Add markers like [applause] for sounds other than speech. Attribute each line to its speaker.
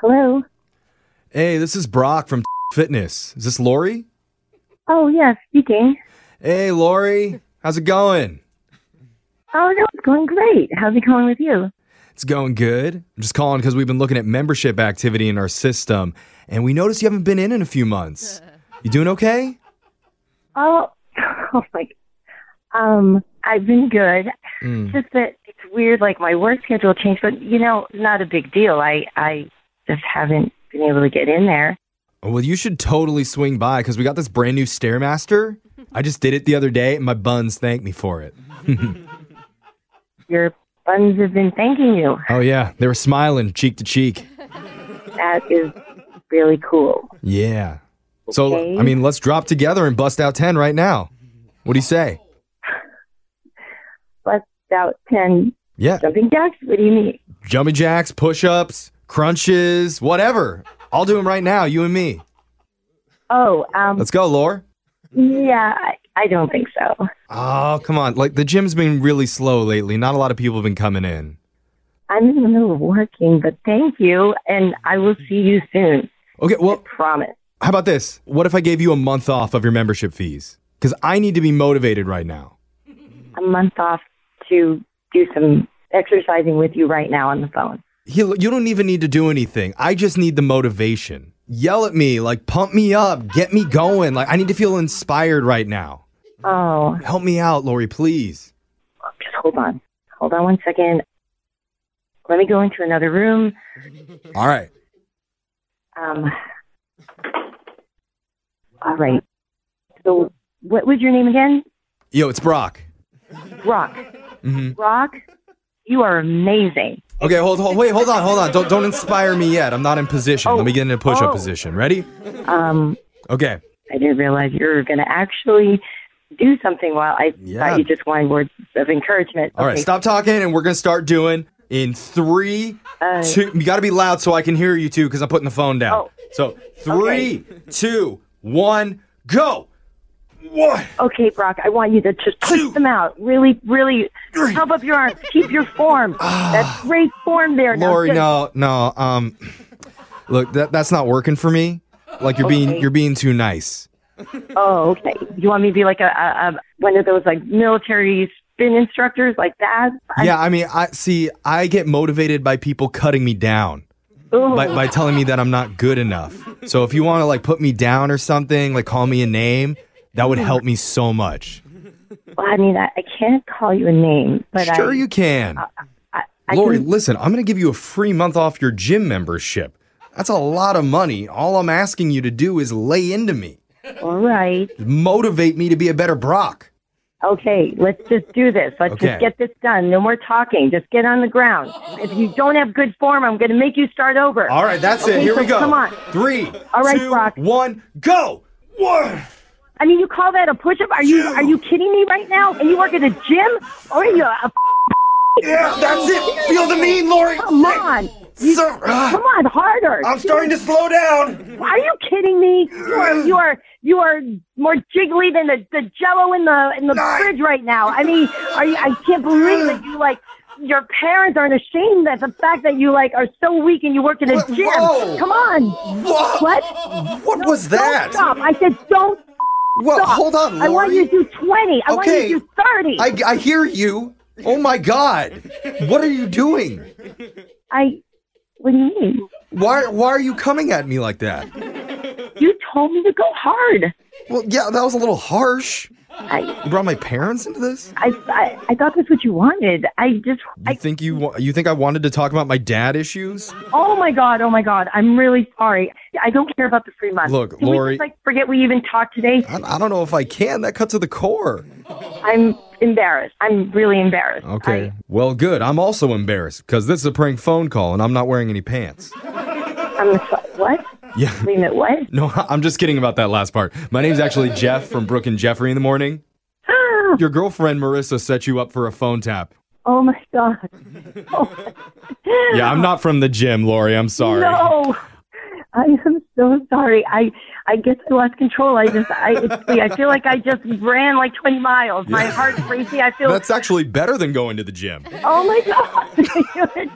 Speaker 1: Hello.
Speaker 2: Hey, this is Brock from [laughs] Fitness. Is this Lori?
Speaker 1: Oh, yes, speaking.
Speaker 2: Hey, Lori. How's it going?
Speaker 1: Oh, no, it's going great. How's it going with you?
Speaker 2: It's going good. I'm just calling because we've been looking at membership activity in our system, and we noticed you haven't been in in a few months. You doing okay?
Speaker 1: Oh, [laughs] oh my. Um, I've been good. Just that it's weird. Like my work schedule changed, but you know, not a big deal. I I just haven't been able to get in there.
Speaker 2: Oh, Well, you should totally swing by because we got this brand new Stairmaster. I just did it the other day, and my buns thanked me for it.
Speaker 1: Your buns have been thanking you.
Speaker 2: Oh, yeah. They were smiling cheek to cheek.
Speaker 1: That is really cool.
Speaker 2: Yeah. So,
Speaker 1: Okay.
Speaker 2: I mean, let's drop together and bust out 10 right now. What do you say?
Speaker 1: Bust out ten
Speaker 2: Yeah.
Speaker 1: jumping jacks. What do you mean?
Speaker 2: Jumping jacks, push ups, crunches, whatever. I'll do them right now, you and me.
Speaker 1: Oh, um,
Speaker 2: Let's go, Lore.
Speaker 1: yeah. I, I don't think so.
Speaker 2: Oh, come on. Like, the gym's been really slow lately. Not a lot of people have been coming in.
Speaker 1: I'm in the middle of working, but thank you, and I will see you soon.
Speaker 2: Okay, well,
Speaker 1: Promise.
Speaker 2: how about this? What if I gave you a month off of your membership fees? Because I need to be motivated right now.
Speaker 1: A month off to do some exercising with you right now on the phone.
Speaker 2: He- You don't even need to do anything. I just need the motivation. Yell at me, like, pump me up, get me going. Like, I need to feel inspired right now.
Speaker 1: Oh,
Speaker 2: Help me out, Lori, please.
Speaker 1: just hold on. Hold on one second. Let me go into another room.
Speaker 2: All right.
Speaker 1: Um, all right. So, what was your name again?
Speaker 2: Yo, it's Brock.
Speaker 1: Rock. Rock, you are amazing.
Speaker 2: Okay, hold, hold, wait, hold on, hold on. Don't, don't inspire me yet. I'm not in position. Let me get into push-up
Speaker 1: oh.
Speaker 2: position. Ready?
Speaker 1: Um,
Speaker 2: Okay.
Speaker 1: I didn't realize you were going to actually do something while I
Speaker 2: Yeah.
Speaker 1: thought you just wanted words of encouragement.
Speaker 2: All right,
Speaker 1: Okay.
Speaker 2: stop talking, and we're gonna start doing in three,
Speaker 1: Uh,
Speaker 2: two. You gotta be loud so I can hear you too, because I'm putting the phone down.
Speaker 1: Oh.
Speaker 2: So three, two, one, go. One.
Speaker 1: Okay, Brock, I want you to just push
Speaker 2: Two.
Speaker 1: them out. Really, really
Speaker 2: Three. Ah.
Speaker 1: pump up your arms. Keep your form. That's great form there. Now
Speaker 2: Lori,
Speaker 1: just-
Speaker 2: no, no. Um, look, that that's not working for me. Like you're being
Speaker 1: Okay.
Speaker 2: you're being too nice.
Speaker 1: Oh, okay. You want me to be like a, a, a one of those like military spin instructors like that? I-
Speaker 2: yeah, I mean, I see. I get motivated by people cutting me down.
Speaker 1: ooh,
Speaker 2: by, by telling me that I'm not good enough. So if you want to like put me down or something, like call me a name, that would help me so much.
Speaker 1: well, I mean, I, I can't call you a name, but
Speaker 2: sure
Speaker 1: I,
Speaker 2: you can.
Speaker 1: I, I
Speaker 2: Lori,
Speaker 1: can-
Speaker 2: listen, I'm going to give you a free month off your gym membership. That's a lot of money. All I'm asking you to do is lay into me.
Speaker 1: all right.
Speaker 2: Motivate me to be a better Brock.
Speaker 1: Okay, let's just do this. Let's
Speaker 2: Okay.
Speaker 1: just get this done. No more talking. Just get on the ground. If you don't have good form, I'm going to make you start over.
Speaker 2: All right, that's it.
Speaker 1: Okay,
Speaker 2: Here
Speaker 1: so
Speaker 2: we go.
Speaker 1: come on.
Speaker 2: Three,
Speaker 1: All right,
Speaker 2: two,
Speaker 1: Brock.
Speaker 2: one, go. One.
Speaker 1: I mean, you call that a push-up? Are you are you kidding me right now? And you work at a gym? Or are you a
Speaker 2: Yeah, that's it. Feel the mean, Lori.
Speaker 1: come on?
Speaker 2: So- ah,
Speaker 1: Come on, harder.
Speaker 2: I'm starting to slow down.
Speaker 1: Are you kidding me? You are you are, you are more jiggly than the, the jello in the in the fridge right now. I mean, are you, I can't believe that you like your parents aren't ashamed of the fact that you like are so weak and you work at a
Speaker 2: What?
Speaker 1: gym.
Speaker 2: Whoa.
Speaker 1: Come on.
Speaker 2: Whoa.
Speaker 1: What?
Speaker 2: What was
Speaker 1: Don't
Speaker 2: that?
Speaker 1: stop. I said don't
Speaker 2: Well,
Speaker 1: stop.
Speaker 2: hold on, Lori.
Speaker 1: I want you to do 20. I want
Speaker 2: Okay.
Speaker 1: you to do 30.
Speaker 2: I, I hear you. Oh my God. What are you doing?
Speaker 1: I what do you mean?
Speaker 2: Why why are you coming at me like that?
Speaker 1: You told me to go hard.
Speaker 2: Well, yeah, that was a little harsh.
Speaker 1: I,
Speaker 2: You brought my parents into this?
Speaker 1: I, I, I thought that's what you wanted. I just,
Speaker 2: You
Speaker 1: I,
Speaker 2: think you wa- you think I wanted to talk about my dad issues?
Speaker 1: oh my god, oh my god, I'm really sorry. I don't care about the free month.
Speaker 2: Look,
Speaker 1: Can
Speaker 2: Lori-
Speaker 1: we just, like forget we even talked today.
Speaker 2: I, I don't know if I can. That cut to the core.
Speaker 1: I'm embarrassed. I'm really embarrassed.
Speaker 2: Okay. well, good. I'm also embarrassed because this is a prank phone call and I'm not wearing any pants.
Speaker 1: I, I'm sorry. What?
Speaker 2: Yeah.
Speaker 1: Wait a minute. What? [gasps]
Speaker 2: No, [laughs] I'm just kidding about that last part. My name's actually Jeff from Brooke and Jeffrey in the morning. Your girlfriend Marissa set you up for a phone tap.
Speaker 1: Oh my
Speaker 2: [laughs]
Speaker 1: god. Oh,
Speaker 2: Yeah, I'm not from the gym, Lori. I'm sorry.
Speaker 1: no. I am so sorry. I I guess I lost control. I just I it's, I feel like I just ran like 20 miles. My heart's racing. I feel [laughs]
Speaker 2: That's actually better than going to the gym.
Speaker 1: Oh my god!